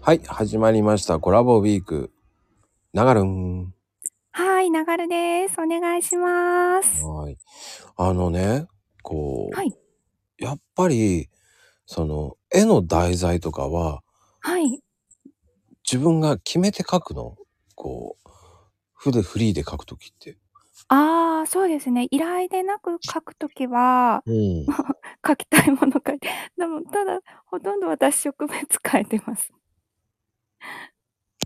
はい、始まりました。コラボウィーク。ながるん。はい、ながるです。お願いします。はい。あのね、こう、はい、やっぱり、その、絵の題材とかは、はい、自分が決めて描くの。こう、フルフリーで描くときって。ああ、そうですね。依頼でなく書くときは、 うん。書きたいもの書いて、でも、ただ、ほとんど私植物変えてます。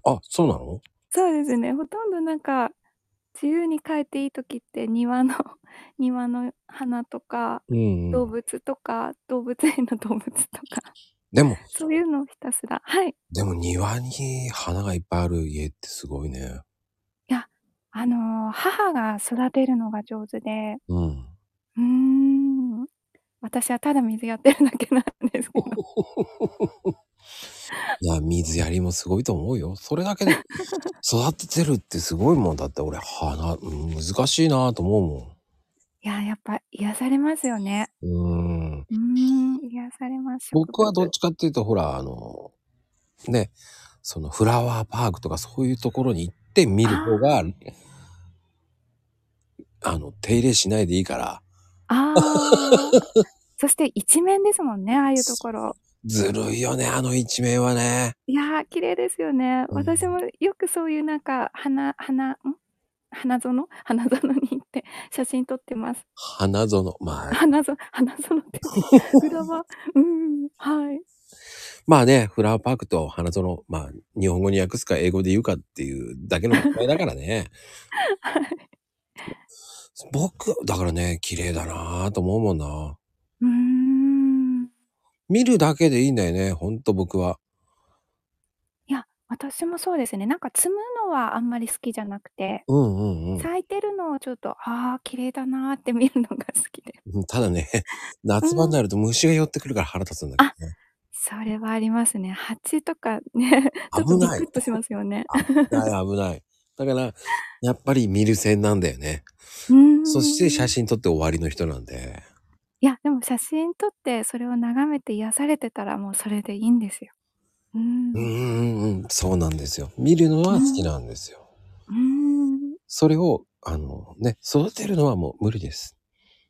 あ、そうなのそうですね。ほとんどなんか、自由に変えていいときって、庭の、 庭の花とか、うん、動うん。物とか、動物園の動物とか、でも、そういうのをひたすら。はい。でも庭に花がいっぱいある家ってすごいね。いや、あのー母が育てるのが上手で、うん。うーん。私はただ水やってるだけなんですけど。いや、水やりもすごいと思うよ。それだけで育ててるってすごいもんだって、俺、花、うん難しいなと思いや、やっぱ癒されますよね。うもん。うん。うーん、癒されます。植僕はどっ物ちかっていうと、ほら、あの、ね、そのフラワーパークとかそういうところに行って見る方が、あの、手入れしないでいいから、 ああ。そして一面ですもんね、ああいうところ。ずるいよね、あの一面はね。いやー、綺麗ですよね。うん私もよくそういうなんか、花、花、ん花園花園に行って写真撮って ます。花園。まあ、花園、花 園って。裏は、うーん、はい。まあね、フラワーパークと花園、まあ、日本語に訳すか英語で言うかっていうだけの違いだから ね。はい。僕、だからね、綺麗だなぁと思うもんな。うーん。見るだけでいいんだよね、ほんと僕は。いや、私もそうですね。なんか摘むのはあんまり好きじゃなくて、うんうん咲いてるのをちょっと、ああ、綺麗だなーって見るのが好きで。うん。ただね、夏場になると虫が寄ってくるから腹立つんだけどね。それはありますね。蜂とかね、 ちょっ危とビないクッとしますよね。危ない危ない。だから、やっぱり見る線なんだよね。うーんそして写。真撮って終わりの人なんで。いや、でも写真撮って、それを眺めて癒されてたら、もうそれでいいんですよ。うーん。うんううんうん、そうなんですよ。見るのは好きなんですよ。ーん。それを、あのね、育てるのはもう無理です。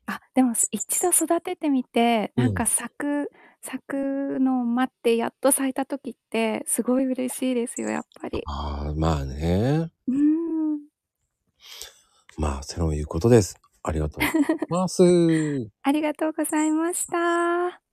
あ、でも一度育ててみて、うんなんか咲く、咲くのを待って、やっと咲いた時って、すごい嬉しいですよ、やっぱり。ああ、まあね。うーん。まあ、 そういうことです。ありがとうございます。ありがとうございました。